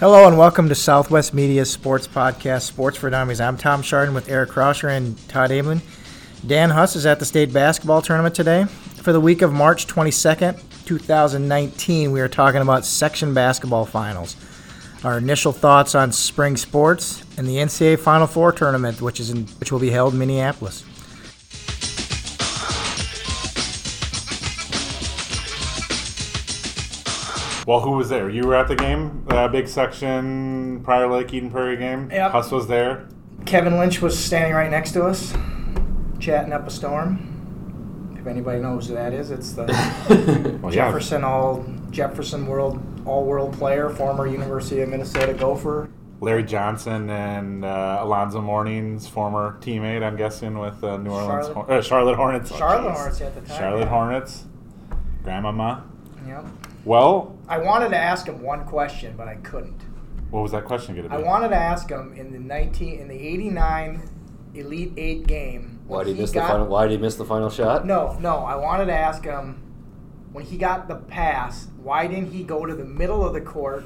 Hello and welcome to Southwest Media's sports podcast, Sports for Dummies. I'm Tom Chardon with Eric Crosher and Todd Ablin. Dan Huss is at the state basketball tournament today. For the week of March 22nd, 2019, we are talking about section basketball finals, our initial thoughts on spring sports, and the NCAA Final Four tournament, which is in, which will be held in Minneapolis. Well, who was there? You were at the game, uh, big section Prior Lake Eden Prairie game. Yep. Huss was there. Kevin Lynch was standing right next to us, chatting up a storm. If anybody knows who that is, it's the Well, Jefferson all Jefferson world all world player, former University of Minnesota Gopher. yeah. Larry Johnson and uh, Alonzo Mornings, former teammate, I'm guessing, with uh, New Orleans Charlotte- Hor- uh, Charlotte Hornets. Oh, Charlotte jeez. Hornets at the time, Charlotte yeah. Hornets. Grandmama. Yep. Well, I wanted to ask him one question, but I couldn't. what was that question going to I be? wanted to ask him in the nineteen in the eighty nine Elite Eight game. Why when did he miss got- the final? Why did he miss the final shot? No, no. I wanted to ask him when he got the pass, why didn't he go to the middle of the court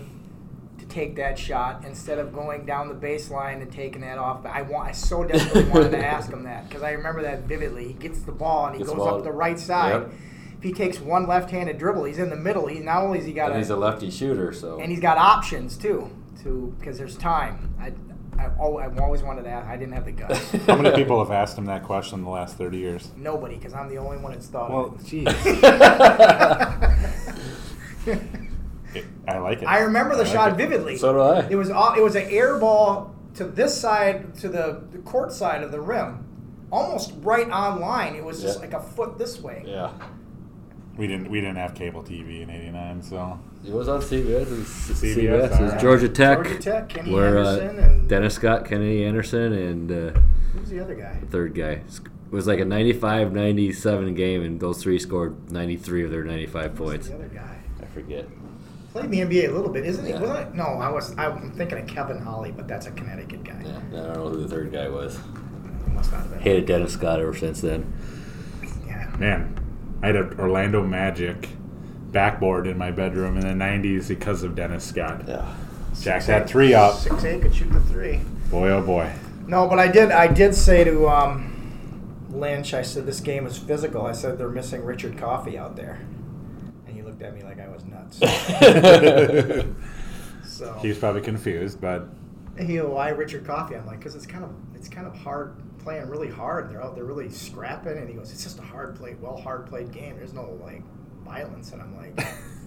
to take that shot instead of going down the baseline and taking that off? I want. I so desperately wanted to ask him that because I remember that vividly. He gets the ball and he Gets the goes ball. up the right side. Yep. If he takes one left-handed dribble, he's in the middle. He's not only has he got And a- he's a lefty shooter, so and he's got options too, to because there's time. I, I, al- I always wanted to ask. I didn't have the guts. How many people have asked him that question in the last 30 years? Nobody, because I'm the only one that's thought Well, of geez. it. I like it. I remember the I like shot it. vividly. So do I. It was all, it was an air ball to this side, to the, the court side of the rim, almost right on line. It was just Yeah. like a foot this way. yeah, We didn't, we didn't have cable TV in 89, so. it was on CBS. It was CBS, CBS. It was alright. Georgia Tech, Georgia Tech, Kenny where Anderson, uh, and Dennis Scott, Kennedy Anderson, and uh, who's the other guy? third guy it was like a 95-97 game, and those three scored 93 of their 95 Who's points. the other guy? I forget. Played in the NBA a little bit, isn't Yeah. he? Wasn't it? No, I was. I'm thinking of Kevin Holly, but that's a Connecticut guy. Yeah, I don't know who the third guy was. He must not have been. Hated Dennis Scott ever since then. Yeah. Man, I had an Orlando Magic backboard in my bedroom in the 90s because of Dennis Scott. Yeah. Jack that three up. Six eight could shoot the three. Boy, oh boy. No, but I did. I did say to um, Lynch, I said this game is physical. I said they're missing Richard Coffey out there, and he looked at me like I was nuts. so he was probably confused, but he, go, why Richard Coffey? I'm like, because it's kind of it's kind of hard playing really hard, and they're out they're really scrapping. And he goes, it's just a hard played, well hard played game. There's no like violence, and I'm like.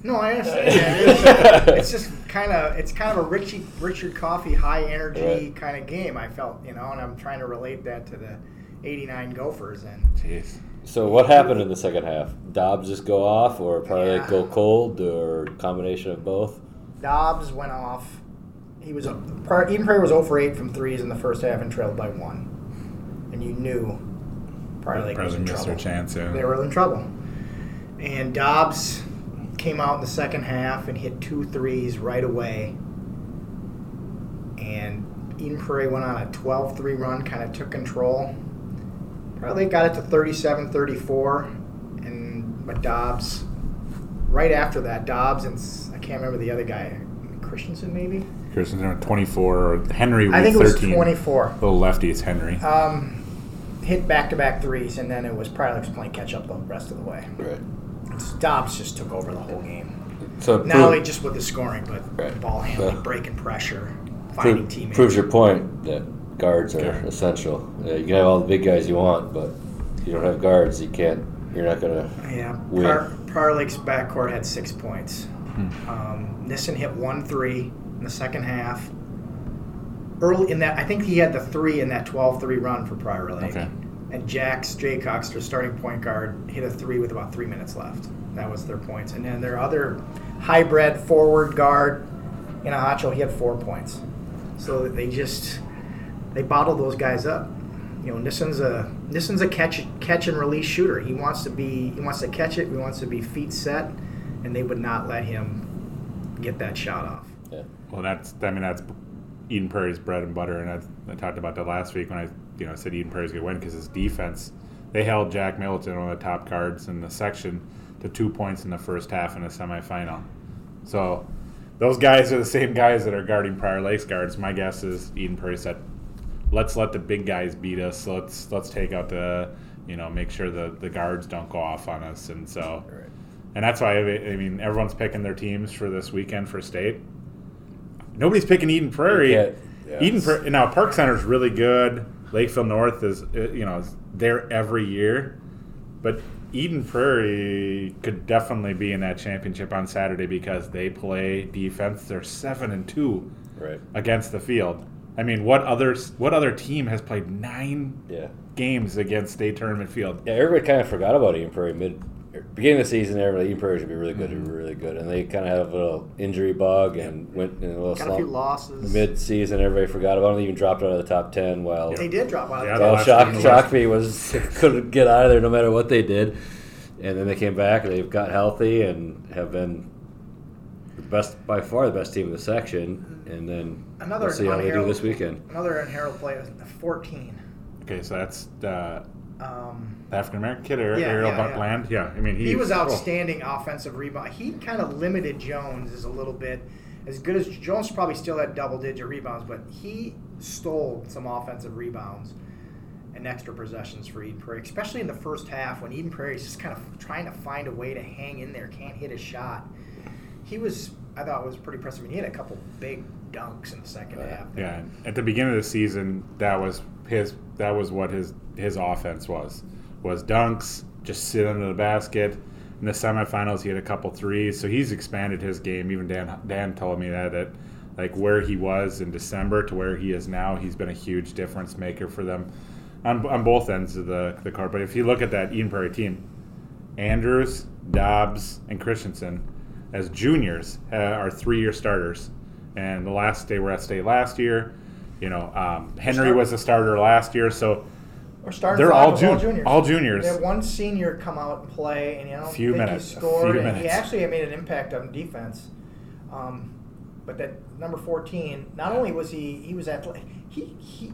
No, I understand. that. It's, it's just kind of it's kind of a Richie Richard Coffee high energy Right. kind of game. I felt you know, and I'm trying to relate that to the '89 Gophers and jeez. So what happened in the second half? Dobbs just go off, or probably Yeah. like go cold, or combination of both. Dobbs went off. He was Pra- Eden Prairie was 0 for 8 from threes in the first half and trailed by one, and you knew Prior Lake was Probably in missed trouble. their chance. Yeah. They were in trouble, and Dobbs came out in the second half and hit two threes right away. And Eden Prairie went on a 12-3 run, kind of took control. Probably got it to 37-34, and but Dobbs right after that, Dobbs and s- I can't remember the other guy, Christensen maybe. Kirsten's number 24, or Henry I think it with was 13. 24. Little lefty, it's Henry. Um, hit back-to-back threes, and then it was probably like playing catch-up the rest of the way. Right. Dobbs just took over the whole game. So Not only prove- just with the scoring, but Right. ball handling, Yeah. breaking pressure, finding Prove- teammates. Proves your point that guards are Yeah. essential. Yeah, you can have all the big guys you want, but if you don't have guards, you can't. You're not gonna. Yeah, win. Par, Par Lake's backcourt had six points. Hmm. Um, Nissen hit one three in the second half. Early in that, I think he had the three in that 12-3 run for Prior Lake. Okay. And Jax Jaycox, their starting point guard, hit a three with about three minutes left. That was their points. And then their other hybrid forward guard, Inahacho, he had four points. So they just they bottle those guys up. You know, Nissen's a Nissen's a catch catch and release shooter. He wants to be he wants to catch it. He wants to be feet set, and they would not let him get that shot off. Yeah. Well, that's I mean that's Eden Prairie's bread and butter, and that's, I talked about that last week when I you know said Eden Prairie's going to win because his defense. They held Jack Middleton, one of the top guards in the section, to two points in the first half in the semifinal. So Those guys are the same guys that are guarding Prior Lakes guards. My guess is Eden Prairie said, "Let's let the big guys beat us. Let's let's take out the, you know, make sure the the guards don't go off on us." And so, Right. and that's why I I mean everyone's picking their teams for this weekend for state. Nobody's picking Eden Prairie. You can't- Eden yes. Prairie now Park Center's really good. Lakeville North is uh, you know is there every year, but Eden Prairie could definitely be in that championship on Saturday because they play defense. They're seven and two Right. against the field. I mean, what other what other team has played nine Yeah. games against state tournament field? Yeah, everybody kind of forgot about Eden Prairie mid er, beginning of the season. Everybody Eden Prairie should be really good, Mm-hmm. really good, and they kind of had a little injury bug and went in a little Got a few slump. losses. Mid season, everybody forgot about it. They even dropped out of the top ten. While They did drop out. Yeah, of they the Well, Last shock, team to shock lose. me was couldn't get out of there no matter what they did, and then they came back. They've got healthy and have been the best by far the best team in the section. And then Another we'll see how they do unheralded- this weekend. Another unheralded play was 14. Okay, so that's uh, Um, the African American kid, Ar- Yeah, Ariel yeah, yeah. Buckland. Yeah. I mean he, he was oh. outstanding offensive rebound. He kind of limited Jones a little bit. As good as Jones probably still had double digit rebounds, but he stole some offensive rebounds and extra possessions for Eden Prairie, especially in the first half when Eden Prairie is just kind of trying to find a way to hang in there, can't hit a shot. He was, I thought, was pretty impressive. I mean, he had a couple big dunks in the second Uh, half. there. Yeah, at the beginning of the season, that was his. That was what his his offense was. Was dunks, just sit under the basket. In the semifinals, he had a couple threes, so he's expanded his game. Even Dan Dan told me that that like where he was in December to where he is now, he's been a huge difference maker for them on, on both ends of the the court. But if you look at that Eden Prairie team, Andrews, Dobbs, and Christensen, as juniors, uh, are three-year starters. And the last they were at state last year, you know, um, Henry was a starter last year, so Or started they're five all, was all jun- juniors. all juniors. They had one senior come out and play, and you know, Few think minutes, he a scored, few and he minutes. actually made an impact on defense. Um, but that number fourteen, not only was he he was athletic, he he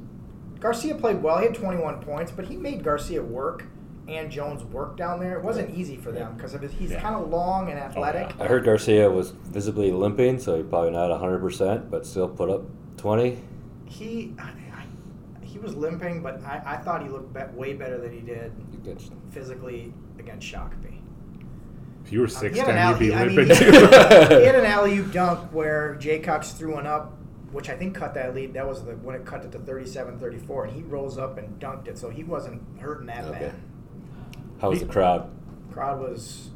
Garcia played well. He had twenty one points, but he made Garcia work and Jones work down there. It wasn't easy for them because of his, he's Yeah. kind of long and athletic. I heard Garcia was visibly limping, so he's probably not hundred percent, but still put up twenty. He I, I, he was limping, but I, I thought he looked be- way better than he did physically against Shakopee. if you were Um, six he had an ten, alley. you'd be I mean, limping he- too. he had an alley oop dunk where Jay Cox threw one up, which I think cut that lead. That was the when it cut it to 37-34, and he rose up and dunked it. So he wasn't hurting that Okay. bad. How was the crowd? Crowd was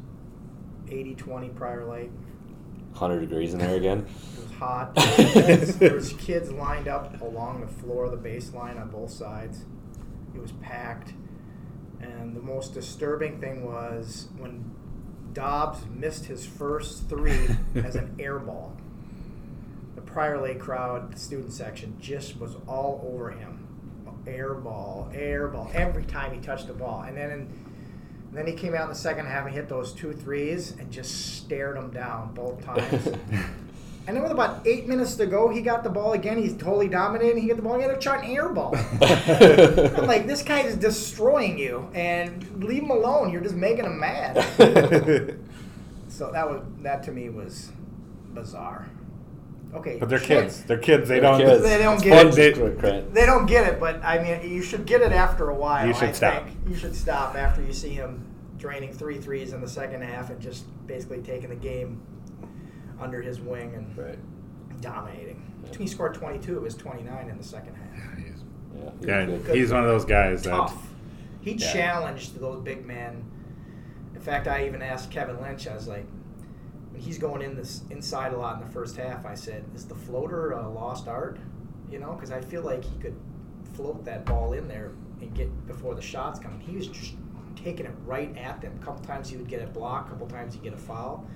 80-20 prior late. Hundred degrees in there again. It was hot. Kids- there was kids lined up along the floor of the baseline on both sides. It was packed. And the most disturbing thing was when Dobbs missed his first three as an air ball. The Prior Lake crowd, the student section, just was all over him. Air ball, air ball, every time he touched the ball. And then in and then he came out in the second half and hit those two threes and just stared them down both times. and then with about eight minutes to go, he got the ball again. He's totally dominating. He got the ball again. They're trying air ball. I'm like, this guy is destroying you, and leave him alone. You're just making him mad. so that was that to me was bizarre. Okay, but they're shit. kids. They're kids. They They're don't. kids. They don't It's get fun it. to- Grant. They don't get it, but I mean, you should get it after a while. You should I stop. Think. You should stop after you see him draining three threes in the second half and just basically taking the game under his wing and Right. dominating. He scored 22 of his 29 in the second half. Yeah. he was Yeah, good. he's one of those guys that Tough. He challenged those big men. In fact, I even asked Kevin Lynch. I was like, when he's going in this inside a lot in the first half, I said, "Is the floater a lost art?" You know, because I feel like he could float that ball in there and get before the shots come. He was just taking it right at them. A couple times he would get a block. A couple times he'd get a foul.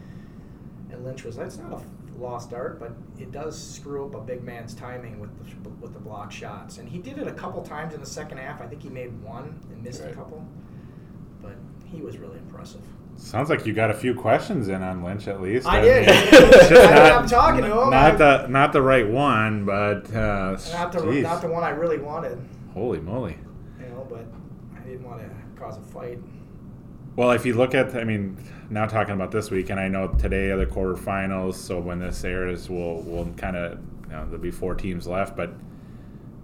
And Lynch was, "That's not a lost art, but it does screw up a big man's timing with the with the block shots." And he did it a couple times in the second half. I think he made one and missed Right. a couple, but he was really impressive. sounds like you got a few questions in on Lynch at least. I did. mean, I just did. I'm talking to him. Not I- the not the right one, but uh, Not the geez. not the one I really wanted, holy moly. you know, but I didn't want to cause a fight. Well, if you look at, I mean, now talking about this week, and I know today are the quarterfinals, so when this airs, we'll we'll kind of you know, there'll be four teams left, but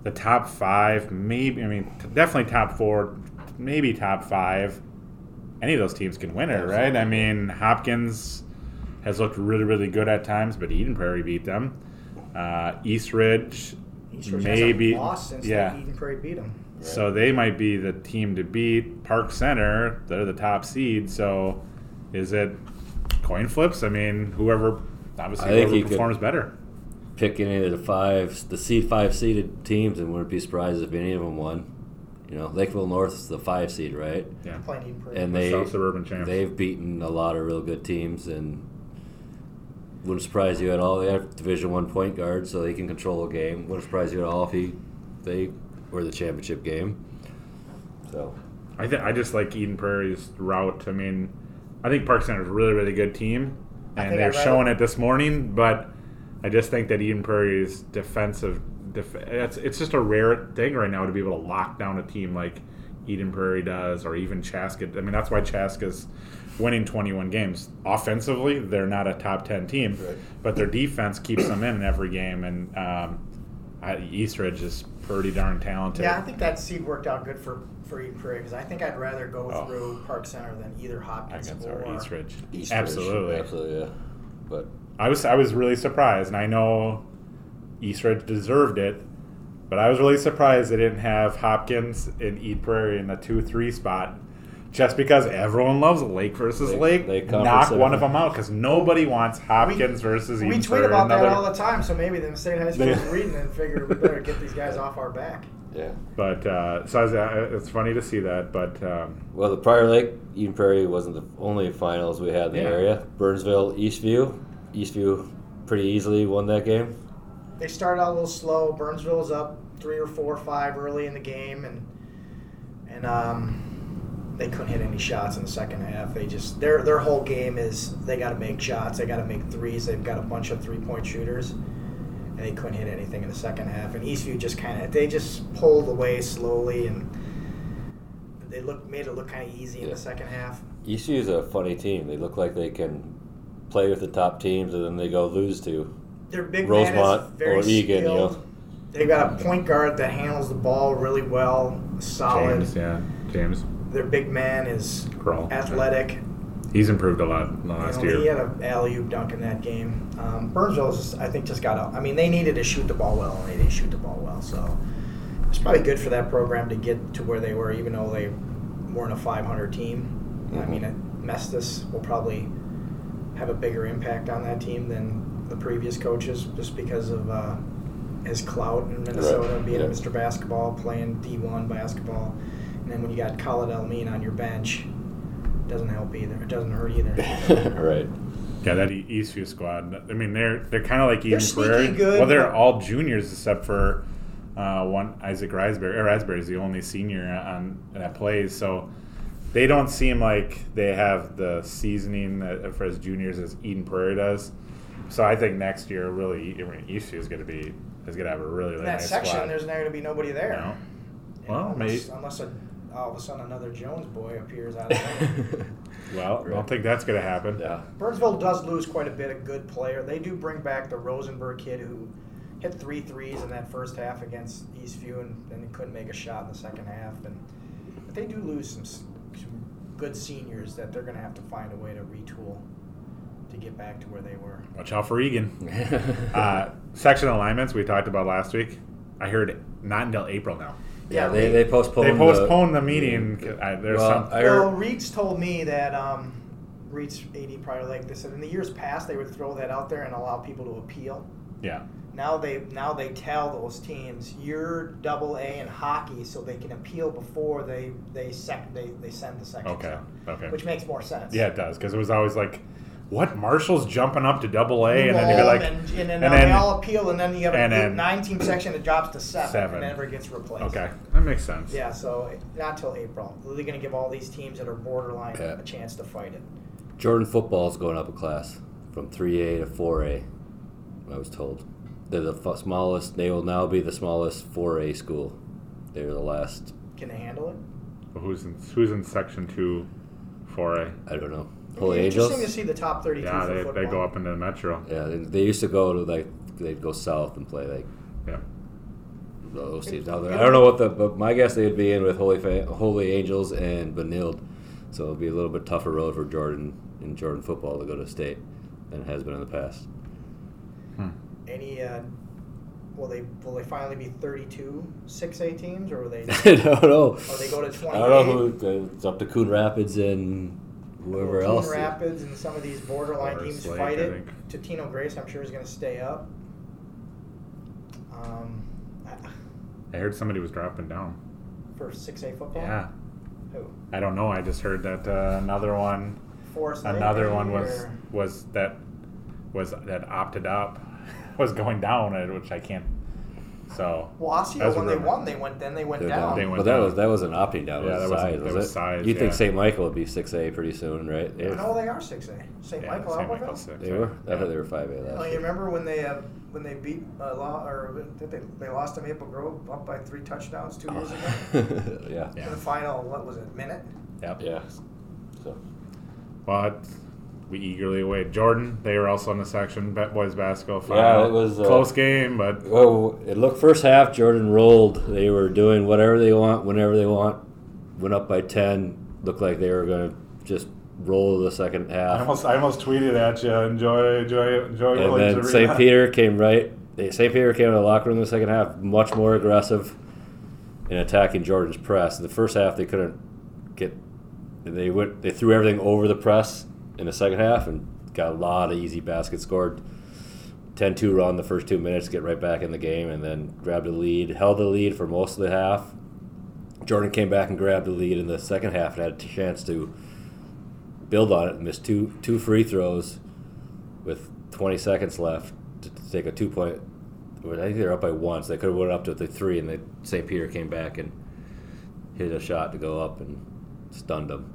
the top five, maybe I mean, t- definitely top four, maybe top five. Any of those teams can win it, right? I mean, Hopkins has looked really, really good at times, but Eden Prairie beat them. Uh, East Ridge, East Ridge maybe hasn't lost since yeah. they Eden Prairie beat them. So they might be the team to beat. Park Center, they're the top seed. So is it coin flips? I mean, whoever obviously I think whoever you could- performs better. Pick any of the five, the seed five seeded teams, and wouldn't be surprised if any of them won. You know, Lakeville North is the five seed, right? Yeah, Playing Eden Prairie. And The they South Suburban champs. they've beaten a lot of real good teams, and wouldn't surprise you at all. They have Division One point guard, so they can control a game. Wouldn't surprise you at all if he they were the championship game. So I think I just like Eden Prairie's route. I mean, I think Park Center's a really, really good team, I and think they're I'd rather- showing it this morning. But I just think that Eden Prairie's defensive, def- it's it's just a rare thing right now to be able to lock down a team like Eden Prairie does, or even Chaska. I mean, that's why Chaska's winning 21 games. Offensively, they're not a top 10 team, Right. but their defense keeps them in in every game. And um, I, Eastridge is pretty darn talented. Yeah, I think that seed worked out good for for Eden Prairie because I think I'd rather go Oh. through Park Center than either Hopkins Against or our Eastridge. East absolutely. absolutely, yeah. But I was I was really surprised, and I know Eastridge deserved it, but I was really surprised they didn't have Hopkins and Eat Prairie in the two three spot, just because everyone loves Lake versus They- Lake. they conference knock it one out. of them out because nobody wants Hopkins We- versus We Eat tweet Prairie. about another, that all the time, so maybe the State High School They- is reading and figured we better get these guys off our back. yeah. but uh, so I was, uh, it's funny to see that, but um, Well, the Prior Lake Eden Prairie wasn't the only finals we had in the Yeah. area. Burnsville, Eastview, Eastview pretty easily won that game. They started out a little slow. Burnsville was up three or four or five early in the game, and and um, they couldn't hit any shots in the second half. They just their their whole game is they got to make shots. They got to make threes. They've got a bunch of three point shooters, and they couldn't hit anything in the second half. And Eastview just kind of they just pulled away slowly, and they looked made it look kind of easy in Yeah. the second half. Eastview is a funny team. They look like they can play with the top teams, and then they go lose to. Their big man Rosemont is very or Egan, you know. skilled. They've got a point guard that handles the ball really well, solid. James, yeah, James Their big man is Kroll, athletic. he's improved a lot in the You know, last he year. had an alley oop dunk in that game. Um, Burnsville, I think, just got out. I mean, they needed to shoot the ball well, and they didn't shoot the ball well. So it's probably good for that program to get to where they were, even though they weren't a 500 team. I Mm-hmm. Mhm. mean, it, Mestis will probably have a bigger impact on that team than the previous coaches, just because of uh, his clout in Minnesota, being yeah. a Mr. Basketball, playing D1 basketball, and then when you got Khalid Elmin on your bench. Doesn't help either. It doesn't hurt either. right. Yeah, that E- Eastview squad. I mean, they're they're kind of like Eden sneaky Prairie. good, well, they're but- all juniors except for uh, one Isaac Risberry. Or Risberry's the only senior on that plays, so they don't seem like they have the seasoning that, for as juniors as Eden Prairie does. So I think next year, really, I mean, Eastview is going to be is going to have a really, really in that nice section, squad. there's not going to be nobody you there. know? You Well, know, may- unless, unless a, all of a sudden another Jones boy appears out of nowhere. well, I don't think that's going to happen. yeah. Burnsville does lose quite a bit of good player. They do bring back the Rosenberg kid who hit three threes in that first half against Eastview and then couldn't make a shot in the second half. And but they do lose some, s- some good seniors that they're going to have to find a way to retool to get back to where they were. Watch out for Egan. Uh, section alignments we talked about last week. I heard not until April now. yeah, they, they postponed. They the- postponed the meeting. 'cause I, there's Well, some. I Well, heard, Reeds told me that um, Reeds AD Prior Lake. They said in the years past they would throw that out there and allow people to appeal. yeah, Now they now they tell those teams you're double A in hockey, so they can appeal before they they sec, they, they send the sections Okay, out, okay. which makes more sense. yeah, it does because it was always like, what Marshall's jumping up to double A, You and then roll you'd be like, and, and then, and they then- all appeal, and then you have and a then- nine team section that drops to seven, Seven. and never gets replaced. okay, that makes sense. Yeah, so it- not till April. They're going to give all these teams that are borderline Yeah. a chance to fight it. Jordan football's going up a class from 3A to 4A. I was told they're the f- smallest. They will now be the smallest 4A school. They were the last Can they handle it? Who's in who's in section two, foray. I don't know. It'd Holy be interesting to Angels. see the top 32 Yeah, for they, football. they go up into the metro. Yeah, they, they used to go to like they'd go south and play like Yeah. those teams out there. I don't know what the but my guess they'd be in with Holy Fa- Holy Angels and Benilde, so it'll be a little bit tougher road for Jordan and Jordan football to go to state than it has been in the past. Any, uh, will they will they finally be 32 6A teams, or will they? I don't know. Or Oh, they go to I don't know 28. who it's up to Coon Rapids and whoever Coon else. Rapids and some of these borderline Or teams Slate, fight I it. think. Tatino Grace, I'm sure, is going to stay up. Um, I- I heard somebody was dropping down. for 6A football? Yeah. Who? I don't know. I just heard that uh, another one, Forest Lake, another maybe, one was or- was that was that opted up was going down, uh, which I can't. So Well, Osseo, As a when they rumor. won, they went. Then they went They're down. down. They went but that down. was that was an opting down. Yeah, Yeah, that was was- size, that was, was it? size, You'd think yeah. St. Michael would be six A pretty soon, right? They were, No, they are 6A. St. yeah, Michael, Saint Albertville? six, they right? were. I Yeah. thought they were five A last Oh, you year. remember when they uh, when they beat uh, law or did they they lost to Maple Grove up by three touchdowns two years ago? yeah. Oh, Yeah. In the final, what was it, minute? Yep. Yeah. So But we eagerly await Jordan. They were also in the section ba- boys basketball. Yeah, it was, uh, close game, but Well, it looked first half. Jordan rolled. They were doing whatever they want, whenever they want. Went up by ten. Looked like they were gonna just roll the second I half. almost I almost tweeted at you. Enjoy, enjoy, enjoy. And Williams then Arena. St. Peter came right. they- St. Peter came in the locker room the second half, much more aggressive in attacking Jordan's press. In the first half, they couldn't get. They went. They threw everything over the press in the second half and got a lot of easy baskets scored. 10-2 run the first two minutes, get right back in the game, and then grabbed the lead. Held the lead for most of the half. Jordan came back and grabbed the lead in the second half and had a chance to build on it. Missed two two free throws with 20 seconds left to, to take a two point. well, I think they were up by one, so they could have went up to the three, and they St. Peter came back and hit a shot to go up and stunned them.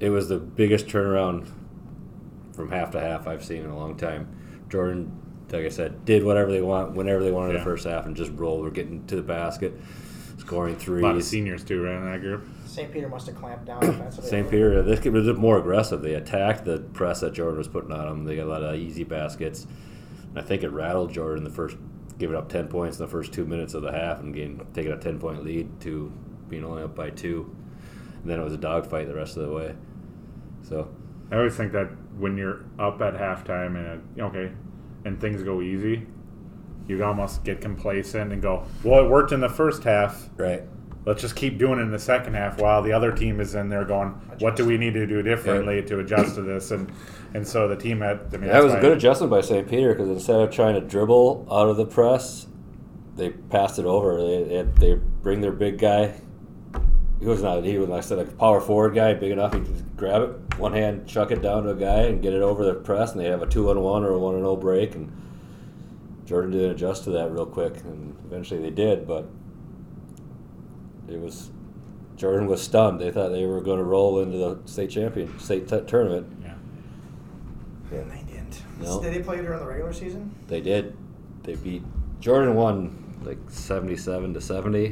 It was the biggest turnaround from half to half I've seen in a long time. Jordan, like I said, did whatever they want, whenever they wanted in Yeah. the first half, and just rolled. We're getting to the basket, scoring a lot of threes. seniors too, right in that group. St. Peter must have clamped down offensively. St. Peter, this kid was more aggressive. They attacked the press that Jordan was putting on them. They got a lot of easy baskets. And I think it rattled Jordan the first, giving up 10 points in the first two minutes of the half and getting, taking a 10 point lead to being only up by two. And then it was a dogfight the rest of the way. So, I always think that when you're up at halftime and it, okay, and things go easy, you almost get complacent and go, "Well, it worked in the first half. right. Let's just keep doing it in the second half." While the other team is in there going, "What do we need to do differently to adjust to this?" And and so the team at I mean That that's was a why- good adjustment by St. Peter because instead of trying to dribble out of the press, they passed it over. They, they, they bring their big guy. He was not. He was like I said, like a power forward guy, big enough. He could just grab it, one hand, chuck it down to a guy, and get it over the press. And they have a two on one or a one on zero break. And Jordan didn't adjust to that real quick, and eventually they did. But it was Jordan was stunned. They thought they were going to roll into the state champion state t- tournament. Yeah. And they didn't. No. Did they play during the regular season? They did. They beat Jordan won like seventy-seven to seventy.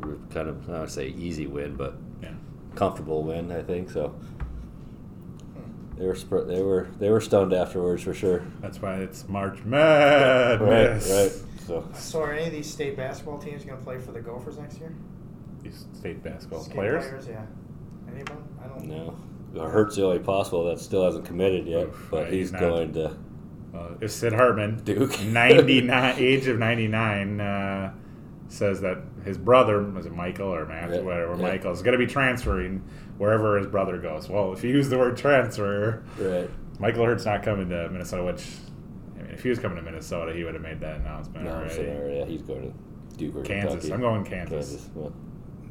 It was Kind of, I would say easy win, but Yeah. comfortable win, I think. So Hmm. they were sp- they were they were stunned afterwards for sure. That's why it's March Madness. Right, right. So So are any of these state basketball teams going to play for the Gophers next year? These state basketball State players. yeah. Any of them? I don't know. no, Hurt's the only possible that still hasn't committed yet, Oof, but yeah, he's, he's not. going to. Uh, if Sid Hartman, Duke. 99, age of 99, uh, says that his brother, was it Michael or Matthew, Yeah, whatever, yeah. Michael, is going to be transferring wherever his brother goes. Well, if you use the word transfer, Right. Michael Hurt's not coming to Minnesota, which, I mean, if he was coming to Minnesota, he would have made that announcement No, I'm already. saying, yeah, he's going to Duke or Kansas. Kentucky. I'm going Kansas. yeah.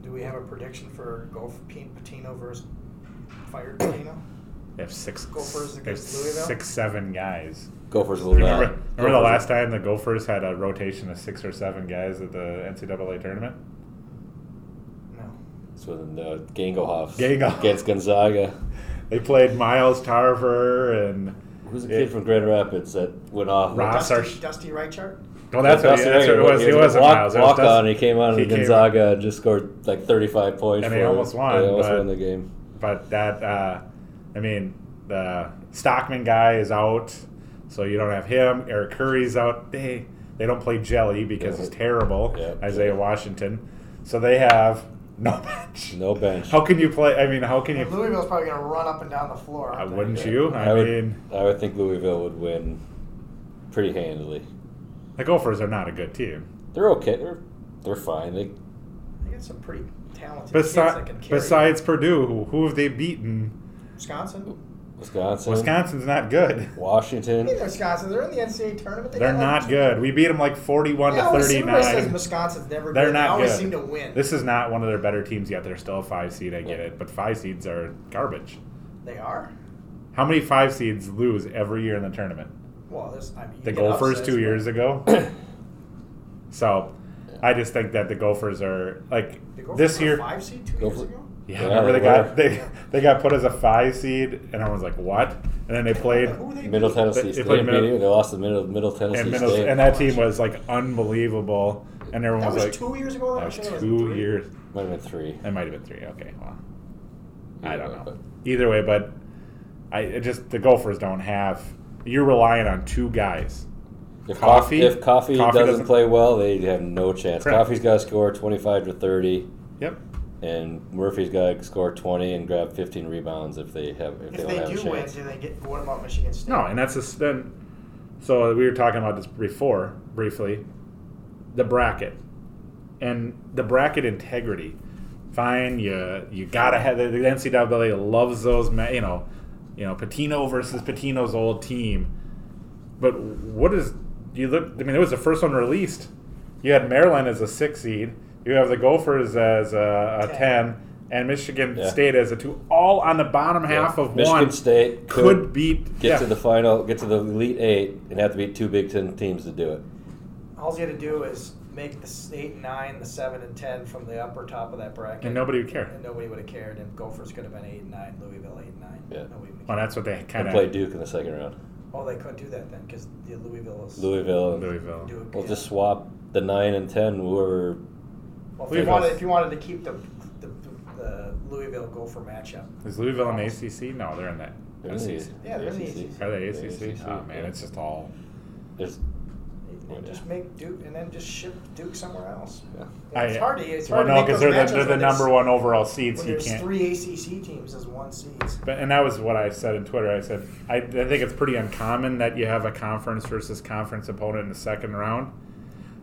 Do we have a prediction for Gopher Patino versus Fire Patino? They have six, Gophers they have against Louisville? six, seven guys. Gophers will Remember, not. remember the last time the Gophers had a rotation of six or seven guys at the NCAA tournament? No. So then uh, Gangohoff Gangoff. against Gonzaga. They played Miles Tarver and Who's a kid Yeah. from Grand Rapids that went off? Rob- Ah, Dusty, Sarge- Dusty Reichart? No, Oh, that's, what, Dustin that's what it Hayward. was. He a wasn't walk, Miles. It was walk Dustin- on. He came on he in came- Gonzaga and just scored like 35 points. And they for almost them. won, They almost but- won the game. but that uh, I mean the Stockman guy is out, so you don't have him. Eric Curry's out. They they don't play Jelly because he's Yeah. terrible. Yeah. Isaiah Washington, so they have no bench. No bench. How can you play? I mean, how can And you? Louisville's probably going to run up and down the floor. Uh, aren't they? wouldn't you? I, I would, mean, I would think Louisville would win pretty handily. the Gophers are not a good team. They're okay. They're they're fine. They They got some pretty talented kids that can Besi- carry. besides Purdue, who, who have they beaten? Wisconsin, Wisconsin, Wisconsin's not good. I mean, Washington. they're Wisconsin. They're in the NCAA tournament. They They're got, not like, good. We beat them like forty-one They to always- everybody says thirty-nine. Wisconsin's never. They're good. not They always good. seem to win. This is not one of their better teams yet. They're still a five seed. I get it, but five seeds are garbage. they are. How many five seeds lose every year in the tournament? Well, this I mean, you The get Gophers upsets, two but- years ago. so, I just think that the Gophers are like The Gophers this were a year. five seed two Gopher- years ago. Yeah, Yeah, remember they they got were. they they got put as a five seed, and everyone's like, "What?" And then they played, Who they Middle beat? Tennessee They State. played beat you. Middle- they lost to Middle Middle Tennessee and, Middle, State. and that team was like unbelievable, and everyone That was was, like, two years ago. "That actually, was or two three? years." Might have been three. It might have been three. Okay, well, I don't know. But- Either way, but I it just the Gophers don't have. You're relying on two guys. Coffee? If coffee, if coffee, Coffee doesn't, doesn't- play well, they have no chance. Correct. Coffee's got to score twenty-five to thirty, Yep. and Murphy's got to score twenty and grab fifteen rebounds if they have if, If don't they have a do win, chance. do they get what about Michigan State? No, and that's just then. So we were talking about this before, briefly, the bracket, and the bracket integrity. Fine, you you gotta have the, the NCAA loves those, ma- you know, you know Patino versus Patino's old team. But what is you look? I mean, it was the first one released. You had Maryland as a six seed. You have the Gophers as a, a Ten. ten, and Michigan Yeah. State as a two. All on the bottom half Yeah. of Michigan one. State could, could beat Get yeah. to the final, get to the elite eight, and have to beat two Big Ten teams to do it. All you got to do is make the s- eight and nine, the seven and ten from the upper top of that bracket, and nobody would care. and nobody would have cared. And Gophers could have been eight and nine, Louisville eight and nine. Yeah. Nobody would Well, have that's what they And kind play of Duke in the second round. Oh, they couldn't do that then because the Louisville is. Louisville. and- Louisville. do it. We'll just swap the nine and ten. Whoever. Well, if you Louisville. wanted, if you wanted to keep the the, the Louisville Gopher matchup, Is Louisville an ACC? No, they're in that. They're in the SEC. Yeah, they're in the Are they They're ACC? Oh man, yeah. it's just all. There's- you know, just make Duke and then just ship Duke somewhere else. yeah. And it's hard to it's well, hard no, to make because those they're matchups the, they're the when there's- number one overall seed, When so you there's can't. three ACC teams as one seeds. But and that was what I said in Twitter. I said I, I think it's pretty uncommon that you have a conference versus conference opponent in the second round,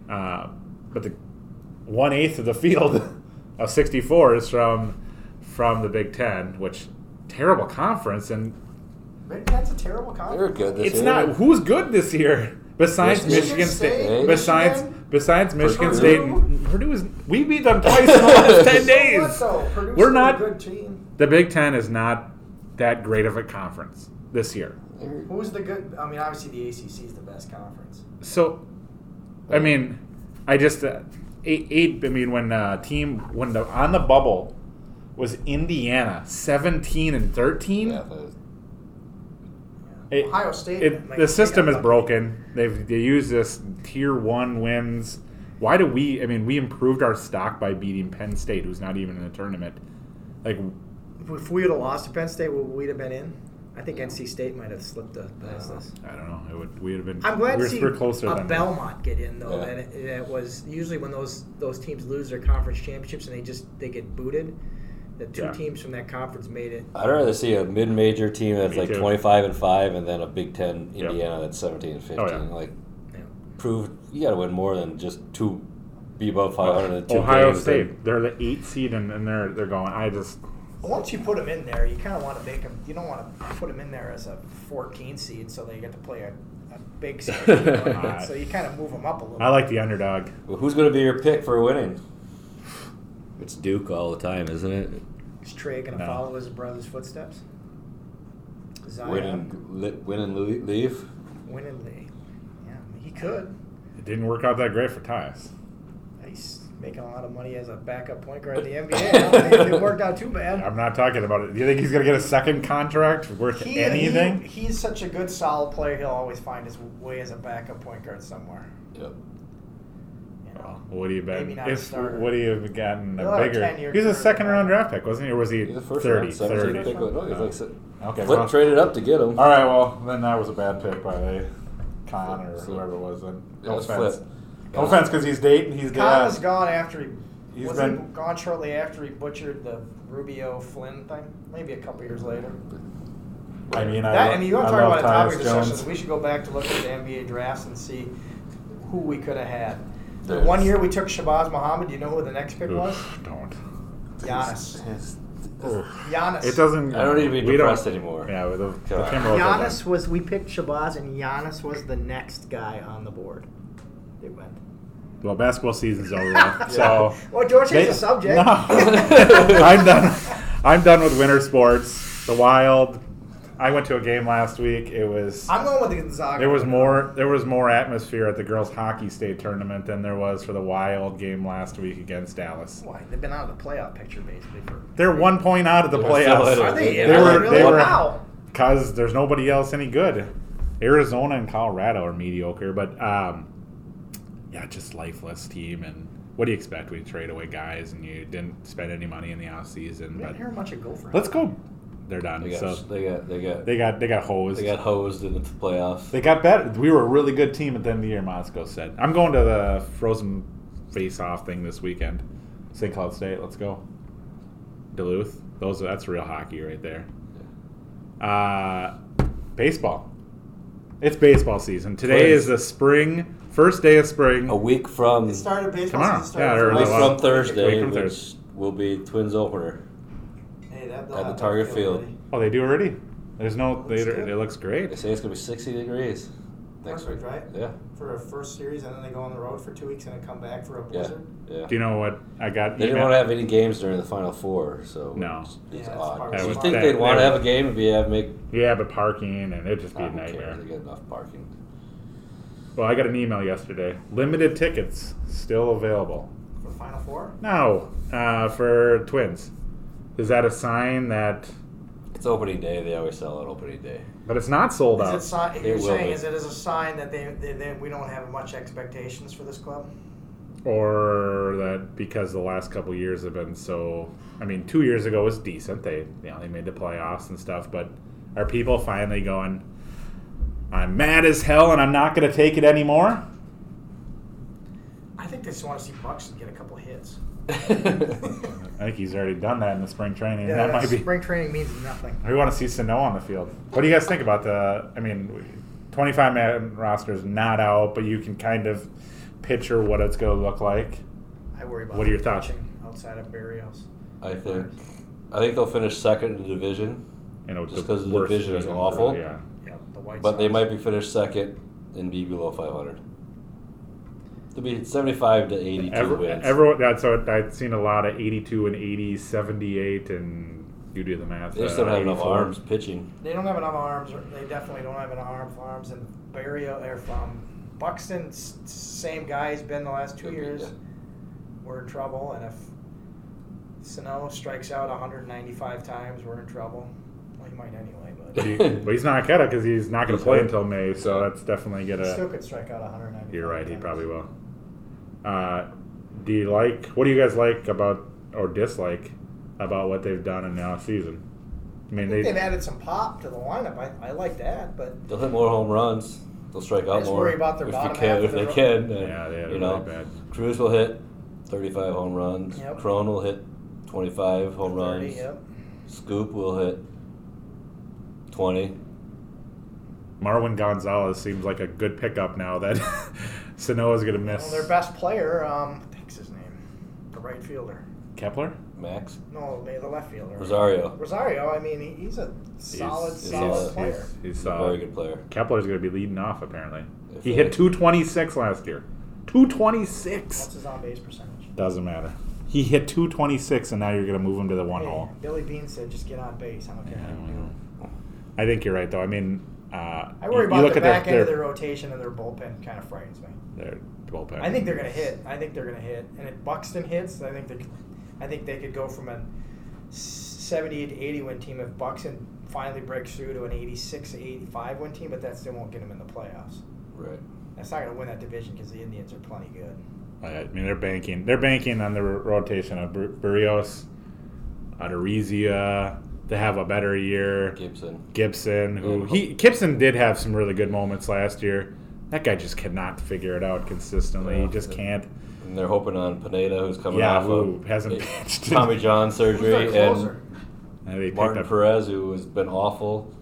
uh, but the one eighth of the field of sixty four is from from the Big Ten, which terrible conference and Maybe that's a terrible They were conference. good this It's year. not who's good this year besides Michigan Michigan State. State, Besides Michigan, besides Michigan Purdue. State, and- Purdue is we beat them twice in the last ten So what, days. though? Purdue's We're still not- a good team. The Big Ten is not that great of a conference this year. Who's the good? I mean, obviously the ACC is the best conference. So, I mean, I just uh, eight, eight. I mean, when uh, team when the on the bubble was Indiana seventeen and thirteen. Yeah, but- Yeah. It- Ohio State. It, like, the system they is got lucky. broken. They've they use this tier one wins. Why do we? I mean, we improved our stock by beating Penn State, who's not even in the tournament. Like, If we would have lost to Penn State, would we'd have been in? I think NC State might have slipped the past us. I don't know. It would. We would have been. I'm glad Uh, we're, to see we're closer a than Belmont get in though. Yeah. That it, that was usually when those those teams lose their conference championships and they just they get booted. The two Yeah. teams from that conference made it. I'd rather see a mid-major team that's Me like too. 25 and five, and then a Big Ten Yep. Indiana that's 17 and 15. Oh, yeah. Like, You know, prove you got to win more than just two, be above 500. in two Ohio games and- State. They're the eight seed, and, and they're they're going. I just. Once you put them in there, you kind of want to make them. You don't want to put them in there as a 14 seed, so they get to play a, a big seed. you know what I mean? so you kind of move them up a little. I like the underdog. Well, who's going to be your pick for winning? It's Duke all the time, isn't it? Is Trey gonna No. follow his brother's footsteps? Zion, Win and li- win and le- leave. win and leave. Yeah, I mean, he could. It didn't work out that great for Tyus. He's making a lot of money as a backup point guard in the NBA. I don't think it worked out too bad. I'm not talking about it. Do you think he's gonna get a second contract worth He- anything? he- he's such a good, solid player. He'll always find his way as a backup point guard somewhere. Yep. You know? Well, Oh, what do you bet? Maybe not a If starter. what do you have gotten He'll have a a bigger? 10-year He was a career. second round draft pick, wasn't he? Or was he He's a first 30, round, 17 30? pick. with- No, he's like, si- Okay, Flip well- traded up to get him. All right, well then that was a bad pick by the Con or So- whoever it was. Then Yeah, no let's offense, flip. no offense because he's dating. He's Khan was dead. gone after he. He's was he been- gone shortly after he butchered the Rubio Flynn thing. Maybe a couple years later. I mean, I, That, lo- I mean, you want I to talk about love a topic Tyus of Jones. discussion? We should go back to look at the NBA drafts and see who we could have had. The There's- one year we took Shabazz Muhammad, do you know who the next pick was? Don't. Giannis. His- Giannis. It doesn't. I don't need to be we don't- depressed anymore. Yeah, with the, the Sorry. Timberwolves. are Giannis was we picked Shabazz and Giannis was the next guy on the board. It went. done. Well, basketball season's over, so. Well, don't change They- the subject. No. I'm done. I'm done with winter sports. The Wild. I went to a game last week. It was I'm going with the Gonzaga. there was more there was more atmosphere at the girls hockey state tournament than there was for the Wild game last week against Dallas. Why? They've been out of the playoff picture basically for. They're one point out of the They're still in it. Are playoffs they? They Are were- really? they were- wow. because there's nobody else any good. Arizona and Colorado are mediocre, but um, yeah, just lifeless team. And what do you expect? We trade away guys, and you didn't spend any money in the off season. We But didn't hear much of Gopher. Let's go. They're done. They got, so they got, they got, they got they got hosed. they got hosed in the playoffs. They got better. We were a really good team at the end of the year. Moscow said, "I'm going to the Frozen Face-Off thing this weekend." St. Cloud State. Let's go. Duluth. Those that's real hockey right there. Uh, baseball. It's baseball season. Today Please. is the spring first day of spring. a week from, It a started baseball Tomorrow. season started Yeah, early week Friday. Wow. from Thursday, Week from which Thursday. will be Twins opener. Hey, that, At the Target Field. Oh, they do already. There's no. Looks They, good. it looks They great. say it's gonna be 60 degrees next Perfect, week. right? Yeah, For a first series, and then they go on the road for two weeks and then come back for a yeah, blizzard. yeah. Do you know what I got? They didn't email- want to have any games during the Final Four, so No. it's, Yeah, it's that's part odd. of Do the you fun. think That- they'd want to that- have a game and be have make? yeah, but parking and it'd just be Oh, I a don't care. nightmare. They get enough parking. Well, I got an email yesterday. Limited tickets still available. For Final Four? No, uh, for twins. Is that a sign that? It's opening day. They always sell on opening day. But it's not sold Is it out. sign, They you're will saying be. is it as a sign that they, they, they we don't have much expectations for this club? or that because the last couple years have been so. I mean, two years ago was decent. They, you know, they made the playoffs and stuff. But are people finally going? I'm mad as hell, and I'm not going to take it anymore. I think they just want to see Bucks get a couple hits. I think he's already done that in the spring training. Yeah, that might be. spring training means nothing. We want to see Sano on the field. What do you guys think about the? I mean, 25 man roster is not out, but you can kind of picture what it's going to look like. I worry about What are your thoughts? pitching outside of Barrios. I think, I think they'll finish second in the division, You know, Just 'cause the worst division is season, awful? Yeah, Yeah, the White but they Sox. might be finished second and be below 500. They'll be 75 to 82 Every, wins. everyone. That's what I've seen a lot of 82 and 80, 78, and you do the math. they just don't uh, have enough 84. arms pitching. They don't have enough arms. Or they definitely don't have enough arm arms. And Barrio or from Buxton, s- same guy he's been the last two Could be, years. yeah. We're in trouble. And if Sano strikes out 195 times, we're in trouble. Well, he might anyway, but But, he- but he's not gonna because he's not gonna He's play hurt. until May. So that's definitely he gonna. still could strike out 195. You're right. He times. probably will. Uh, do you like? What do you guys like about or dislike about what they've done in the off season? I I mean, think they. they've added some pop to the lineup. I, I like that, but They'll hit more home runs. They'll strike out I just more. worry about their if bottom they can, half of if they their- can. and, Yeah, they had you a know, really bad. Cruz will hit 35 home runs. Yep. Crone will hit 25 30, home runs. yep. Scoop will hit 20. Marwin Gonzalez seems like a good pickup now that Sanoa is going to Well, miss. their best player, um, what's his name? The right fielder. Kepler. Max No, the the left fielder. Rosario, Rosario, I mean, he- he's a solid, he's, solid he's- player. He's, he's he's a very solid. good player. Kepler's going to be leading off apparently. If he they- hit 226 last year. 226 What's his on base percentage? doesn't matter. He hit 226, and now you're going to move him to the one Hey, hole. Billy Bean said, "Just get on base. I don't care." I think you're right, though. I mean, uh, I worry you, about you look the at back their, end of their rotation and their bullpen. Kind of frightens me. their, their bullpen. I think they're gonna hit. I think they're gonna hit. And if Buxton hits, I think they, I think they could go from a seventy to eighty win team if Buxton finally breaks through to an eighty-six to eighty-five win team. But that still won't get them in the playoffs. Right. That's not gonna win that division because the Indians are plenty good. I mean, they're banking. They're banking on the ro- rotation of Bur- Burrios, Odorizia. to have a better year. Gibson. Gibson, who And- he Gibson did have some really good moments last year. That guy just cannot figure it out consistently. he Yeah. just can't. And they're hoping on Pineda, who's coming Yeah, off who of hasn't a- pitched. Tommy John Who's our surgery, closer? and And they picked Martin up, Perez, who has been awful.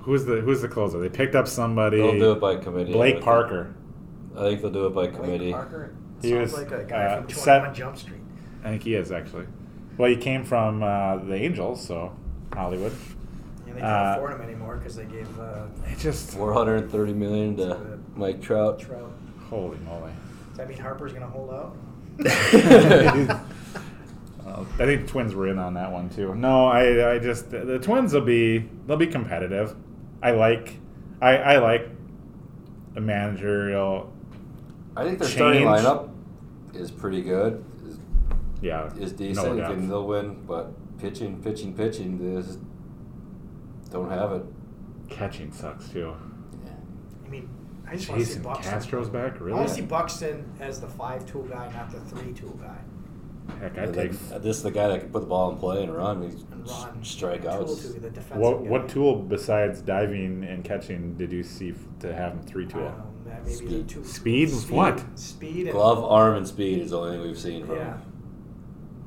who's the who's the closer? They picked up somebody. They'll do it by committee. I Blake think. Parker. I think they'll do it by committee. Parker. He sounds was, like a guy uh, from 21 set- Jump Street. I think he is actually. Well, he came from uh, the Angels, so Hollywood. And they can't Uh, afford him anymore because they gave uh, It just 430 million to Mike Trout. Trout. holy moly. Does that mean Harper's going to hold out? Uh, I think the Twins were in on that one too. No, I, I just the, the Twins will be they'll be competitive. I like I, I like the managerial. I think their starting Change. lineup is pretty good. Is, Yeah, is no decent. doubt. and they'll win, but pitching, pitching, pitching, they just don't have it. Catching sucks too. I mean, I just want to see Jason Buxton. Castro's back, I really? want to see Buxton as the five tool guy, not the three tool guy. Heck, And I'd take. then, uh, this is the guy that can put the ball in play and run. He's And Ron. strike Tool outs. to the defensive What guy. what tool besides diving and catching did you see f- to have him three I don't tool? know, Oh, man, maybe Speed. the two- Speed? What? Speed and Glove, arm, and speed is the only thing we've seen from Yeah. him.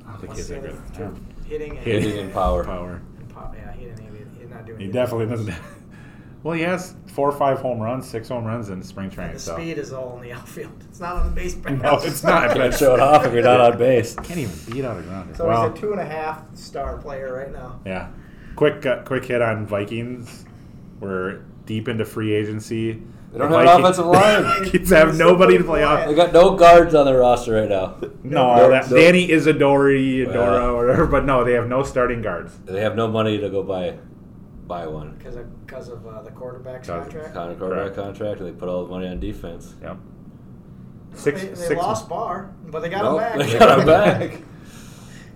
I don't think What's he's the that good. other two? Hitting and Hitting. and power. Power. Pop- Yeah, he didn't. even- He's not doing. He anything. definitely doesn't. well, he has four or five home runs, six home runs in spring training. The so. speed is all in the outfield. It's not on the base pass. No, it's not. Can't show it off if you're not on base. Can't even beat out a grounder. So Well, he's a two and a half star player right now. Yeah. Quick, uh, quick hit on Vikings. We're deep into free agency. They don't have an offensive line. Kids have nobody to play They off. got no guards on their roster right now. No, Nope. that, Nope. Danny Isidori, Adora, Well. whatever. But no, they have no starting guards. They have no money to go buy buy one. Because of because of uh, the quarterback's Cousins. contract. Connor quarterback Correct. contract, and they put all the money on defense. Yep. Six, they they six. lost Barr, but they got Nope, him back. They got him back.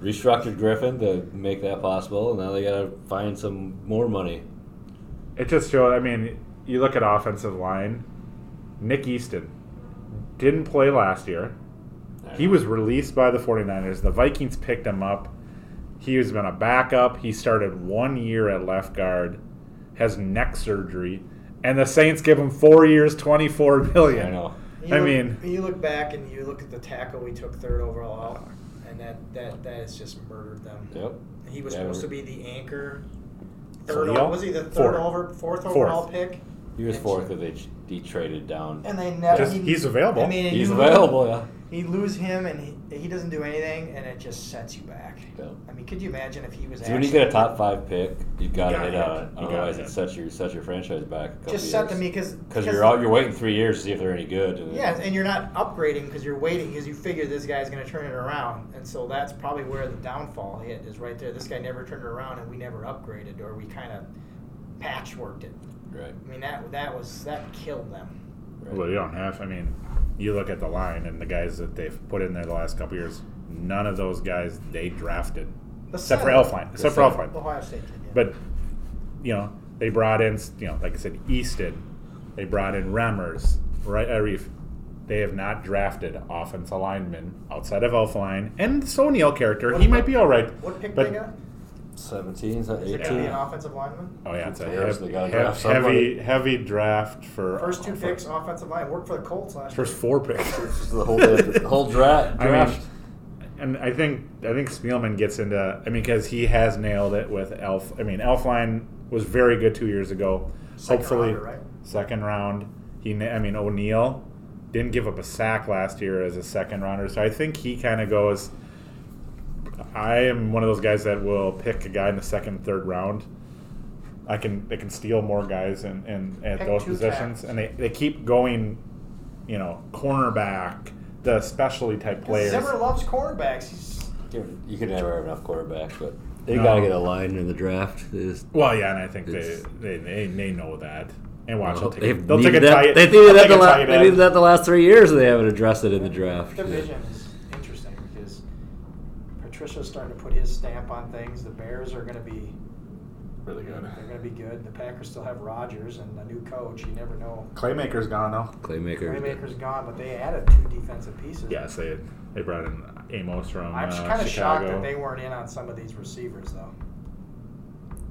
Restructured Griffin to make that possible, and now they got to find some more money. It just showed. I mean, you look at offensive line. Nick Easton didn't play last year. He was released by the 49ers. The Vikings picked him up. He has been a backup. He started one year at left guard, has neck surgery, and the Saints give him four years, 24 million. I know. I look- mean- you look back and you look at the tackle we took third overall, and that that that has just murdered them. Yep. He was Yeah, supposed to we- be the anchor. Third Khalil? o- was he the third Fourth. over fourth Fourth. overall pick? He was fourth because they they traded down. And they never. Just- he- he's available. I mean, and He's you- available, yeah. You lose him, and he, he doesn't do anything, and it just sets you back. Yeah. I mean, could you imagine if he was? So when you actually- get a top five pick, you've got to gotta hit hit. on You it. gotta Otherwise, hit. it sets your sets your franchise back. just set them because because you're out. You're waiting three years to see if they're any good. And Yeah, and you're not upgrading because you're waiting because you figure this guy's going to turn it around, and so that's probably where the downfall hit is right there. This guy never turned it around, and we never upgraded, or we kind of patchworked it. Right. I mean, that that was that killed them. right. Well, you don't have. I mean, you look at the line and the guys that they've put in there the last couple years, none of those guys they drafted. The Except for center, Elfline. Except for center. Elfline. Ohio State. Did, yeah. But you know, they brought in you know, like I said, Easton. They brought in Remmers, right? Arif. They have not drafted offensive linemen outside of Elfline and Soniel character. What- he might be all right. what pick but, they got? Seventeen, Is it is going to be an 18? offensive lineman? Oh yeah, it's a Who cares? hev- They gotta hev- draft somebody. heavy, heavy draft for First two picks, offensive line. Worked for the Colts last year. First four picks. The whole the whole dra- I mean, draft. and I think I think Spielman gets into. I mean, because he has nailed it with Elf. I mean, Elfline was very good two years ago. Second Hopefully, rounder, right? second round. He, na- I mean, O'Neal didn't give up a sack last year as a second rounder, so I think he kind of goes. I am one of those guys that will pick a guy in the second, third round. I can they can steal more guys and and at Pick those two positions, tackles. and they, they keep going. You know, cornerback, the specialty type players. Zimmer loves cornerbacks. He's, You can never have enough quarterbacks, but They No. gotta get a line in the draft. They just- Well, yeah, and I think they, It's- they they they know that. And watch, they'll take, They've they'll take a needed that- tight. They they'll needed that take the a la- tight they end. needed that the last three years, and they haven't addressed it in the draft. The vision is interesting because Patricia's starting to put his stamp on things. The Bears are going to be Really good. They're going to be good. The Packers still have Rodgers and a new coach. You never know. Claymaker's gone though. Claymaker. Playmaker's gone, but they added two defensive pieces. Yes, they they brought in Amos from I'm uh, kind of shocked Chicago. that they weren't in on some of these receivers, though.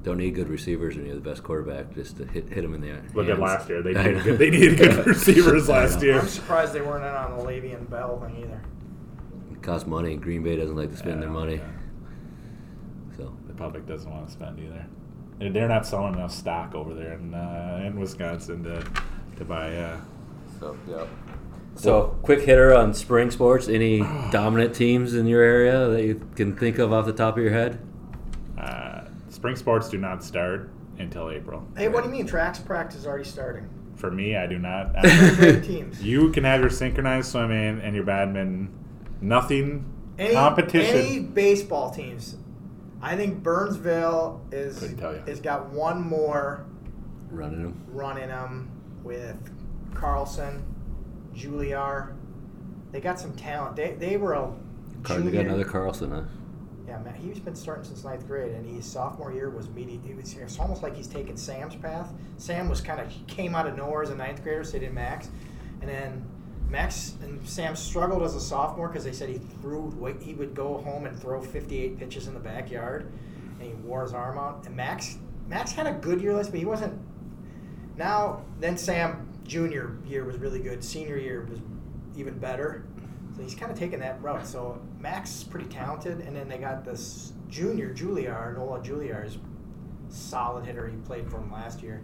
Don't need good receivers when you're the best quarterback. Just to hit hit him in the eye. Look at last year. They I needed know. good, they needed good receivers I last know. year. I'm surprised they weren't in on the Levy and Bell thing either. It costs money. and Green Bay doesn't like to spend their Yeah, money. yeah. So The public doesn't want to spend either. They're, they're not selling enough stock over there in uh, in Wisconsin to to buy. Uh, So, yeah. So, quick hitter on spring sports. Any dominant teams in your area that you can think of off the top of your head? uh, spring sports do not start until April. Hey, what do you mean? Tracks practice is already starting. For me, I do not. Great teams. you can have your synchronized swimming and your badminton. Nothing Any, competition. Any baseball teams. I think Burnsville is Couldn't tell ya. has got one more Running them. run in them with Carlson, Juilliard. They got some talent. They, they were a Car- they junior- got another Carlson, huh? Yeah, Matt, he's been starting since ninth grade, and his sophomore year was meaty. It was, it's almost like he's taken Sam's path. Sam was kind of he came out of nowhere as a ninth grader, so they did Max, and then Max and Sam struggled as a sophomore because they said he threw like, he would go home and throw 58 pitches in the backyard, and he wore his arm out. And Max Max had a good year last, but he wasn't. Now then, Sam junior year was really good. Senior year was even better. So he's kind of taken that route. So Max is pretty talented, and then they got this junior Juilliard, Nola Juilliard, is solid hitter. He played for him last year.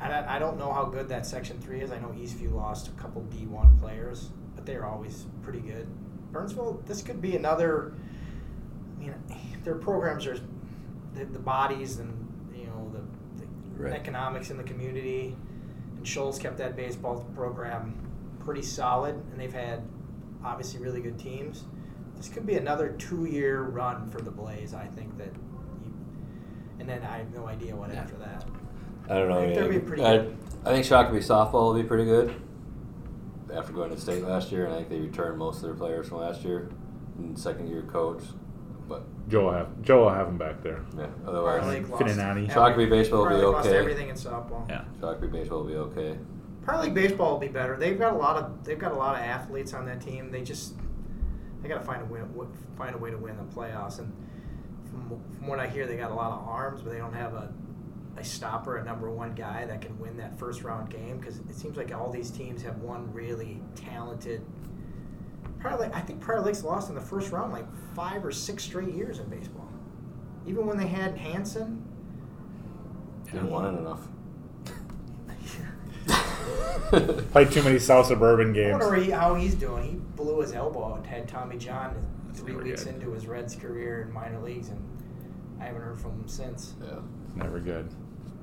I don't, I don't know how good that Section Three is. I know Eastview lost a couple D one players, but they're always pretty good. Burnsville, this could be another. You know, their programs are the, the bodies and you know the, the Right. economics in the community. And Scholes kept that baseball program pretty solid, and they've had obviously really good teams. This could be another two-year run for the Blaze. I think that, you, and then I have no idea what after that. I don't know. I think man. they'll be pretty I, good. I think Shockley softball will be pretty good after going to state last year, and I think they returned most of their players from last year and second year coach. But Joe will have Joe will have him back there. yeah, Prior otherwise, League lost Fininani. every- Shockley baseball will be Prior League Lost okay. everything in softball. Yeah. Shockley baseball will be okay. Prior League baseball will be better. They've got a lot of they've got a lot of athletes on that team. They just they got to find a win, w- find a way to win the playoffs. And from, from what I hear, they got a lot of arms, but they don't have a a stopper, a number one guy that can win that first round game because it seems like all these teams have one really talented. Prior Lake, I think Prior Lake's lost in the first round like five or six straight years in baseball. Even when they had Hanson, Didn't want it enough. Played too many South Suburban I games. wonder where he- how he's doing. He blew his elbow and had Tommy John three never weeks good. into his Reds career in minor leagues, and I haven't heard from him since. Yeah. It's never good.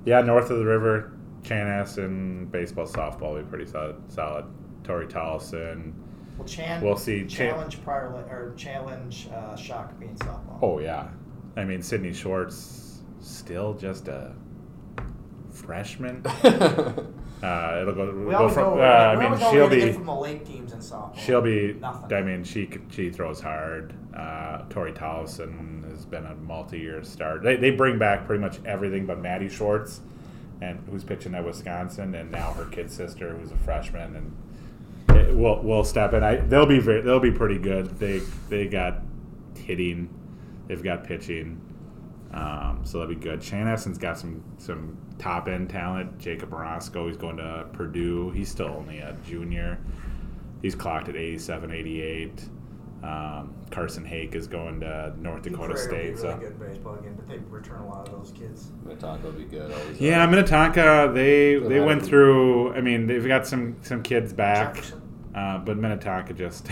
Yeah, north of the river, Chanas and baseball, softball will be pretty solid. solid. Tori Tolleson. Well, Chan, We'll see. Chan- challenge prior li- or challenge uh, shock being softball. Oh yeah, I mean Sydney Schwartz, still just a freshman. Uh, it'll go. we go always from, know. uh, I we mean, always know she'll we're gonna get be. from the lake teams in softball. She'll be. Nothing. I mean, she c- she throws hard. Uh, Tori Tolleson has been a multi-year star. They, they bring back pretty much everything but Maddie Schwartz, and who's pitching at Wisconsin, and now her kid sister, who's a freshman, and it, will will step in. I they'll be very, they'll be pretty good. They they got hitting, they've got pitching, um, so that'll be good. Shanasson's got some some top end talent. Jacob Morosco, he's going to Purdue. He's still only a junior he's clocked at 87, 88. Um, Carson Hake is going to North Deep Dakota Prairie will be State. Really So. good baseball again, but they return a lot of those kids. Minnetonka will be good. always Yeah, Minnetonka. They Good they lineup. went through. I mean, they've got some some kids back, Jefferson. uh, but Minnetonka just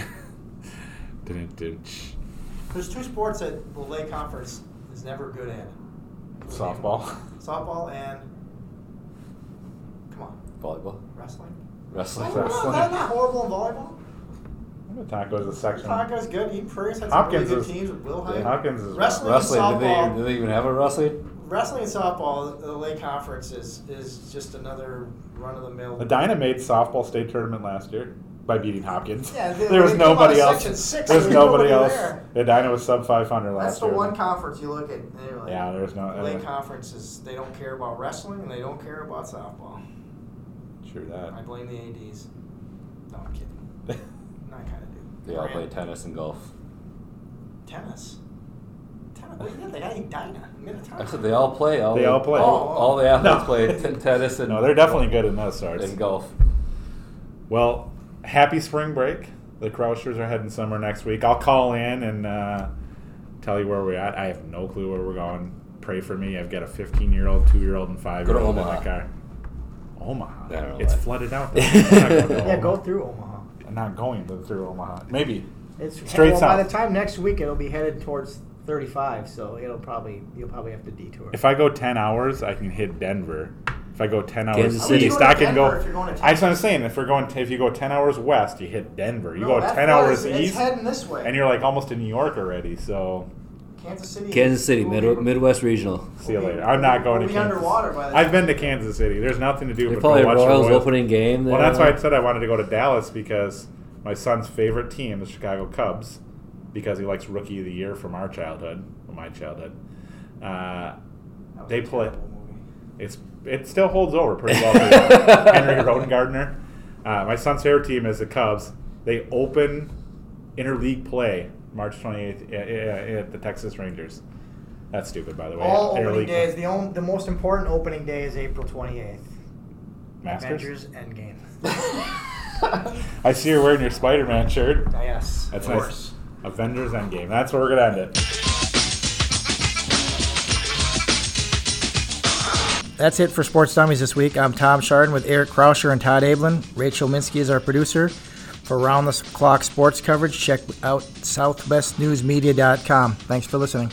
didn't. didn't There's two sports that the Lake Conference is never good at. Softball and come on, Volleyball. wrestling. Wrestling. Oh, no, is that not horrible in volleyball? Minnetonka is a section. Taco's good. Even Prairie's had some Hopkins really is- good teams with Wilhelm. Yeah, Hopkins is wrestling, Wrestling. and Did they, softball. did they even have a wrestling? Wrestling and softball, the Lake Conference is is just another run of the mill. Medina made softball state tournament last year. by beating Hopkins. Yeah, they- there was they come out of nobody else. Section six, There's there's nobody nobody else. there. The Dino was sub 500 last That's the year. one conference you look at and you're like, yeah, there's no. uh, LA conferences, they don't care about wrestling and they don't care about softball. True I that. blame the ADs. No, I'm kidding. No, I kind of do. They all play Rand- tennis and golf. tennis. Tennis? Well, yeah, they got Edina, Minnetonka. I said they all play. All They the, all Oh. play. All, all the athletes No. play t- tennis and no, they're definitely good in those sorts. and golf. Well, happy spring break. The Crouchers are heading somewhere next week. I'll call in and uh, tell you where we're at. I have no clue where we're going. Pray for me. I've got a 15 year old, 2 year old, and 5 year old in Omaha. my car. Omaha. I don't know It's why. flooded out. there. I'm not going to Yeah, go Omaha. through Omaha. I'm not going to- through Omaha. Maybe. It's Straight well, By south. the time next week, it'll be headed towards 35, so it'll probably you'll probably have to detour. If I go 10 hours, I can hit Denver. If I go 10 hours Kansas City. east, I I would go to can go. Denver if you're going to I, that's what I'm saying. If we're going, if you go 10 hours west, you hit Denver. You No, go that 10 flood hours is- It's east, heading this way. and you're like almost in New York already. So Kansas City. Kansas City, will Mid- be- Midwest Regional. See you We'll be- later. I'm not going we'll to be Kansas. underwater by the I've time- been to Kansas City. There's nothing to do They but go play watch Royals, the Royals. opening game. Well, there. that's why I said I wanted to go to Dallas because my son's favorite team, the Chicago Cubs, because he likes Rookie of the Year from our childhood, from my childhood. Uh, That was They a play- terrible movie. it's it still holds over pretty well. For Henry Rodengardner. Uh, my son's favorite team is the Cubs. They open interleague play March 28th at, eh, at the Texas Rangers. That's stupid, by the way. All Interleague opening days. The only, the most important opening day is April 28th. Avengers Endgame. I see you're wearing your Spider Man shirt. Ah, yes. That's of nice. course. Avengers Endgame. That's where we're going to end it. That's it for Sports Dummies this week. I'm Tom Chardon with Eric Krauscher and Todd Ablin. Rachel Minsky is our producer. For round the clock sports coverage, check out southwestnewsmedia.com. Thanks for listening.